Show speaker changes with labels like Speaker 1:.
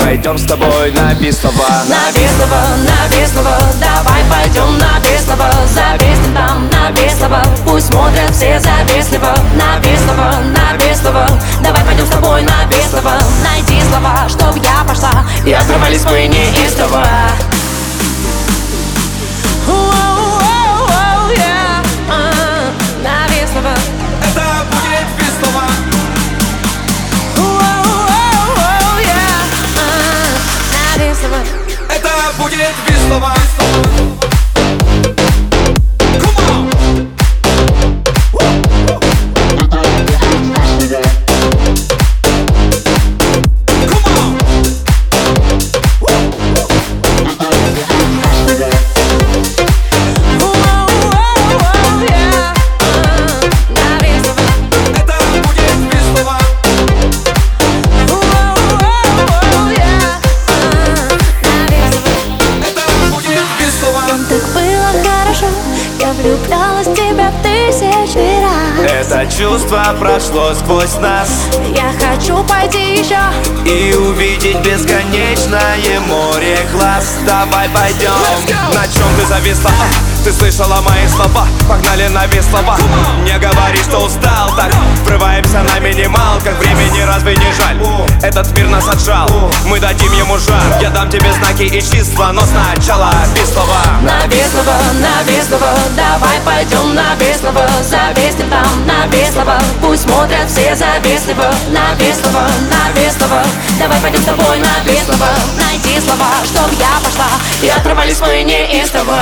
Speaker 1: пойдем с тобой на Бистова
Speaker 2: На Беслова, на Беслова, давай пойдем на Беслова За Беслов там, на Беслова, пусть смотрят все за Беслова На Беслова, на Беслова, давай пойдем с тобой на Беслова Найди слова, чтоб я пошла, и отрывались мы неистово Воу-воу-воу, yeah. А, На Беслова,
Speaker 1: Это будет Бистова
Speaker 2: воу-воу-воу, yeah. А, На Беслова
Speaker 1: Это будет Бистова
Speaker 2: Воу-воу-воу, yeah. А, На Беслова
Speaker 1: Это будет Бистова
Speaker 2: Воу-воу-воу, yeah. А, На Беслова
Speaker 1: Это будет Бистова
Speaker 2: Так было хорошо, я влюблялась в тебя тысячи раз
Speaker 1: Это чувство прошло сквозь нас
Speaker 2: Я хочу пойти еще
Speaker 1: И увидеть бесконечное море глаз Давай пойдем На чем ты зависла? А, Ты слышала мои слова? Погнали на Бестолба Не говори, что устал так Врываемся на минималках Времени разве не жаль? Этот мир нас отжал Мы дадим ему жар Я дам тебе знаки и числа Но сначала Бестолба
Speaker 2: На Беслова, на Беслова, давай пойдем на Беслова Завестим там на Беслова, пусть смотрят все за Беслова На Беслова, на Беслова, давай пойдем с тобой на Беслова Найди слова, чтоб я пошла, и отрывались мы неистово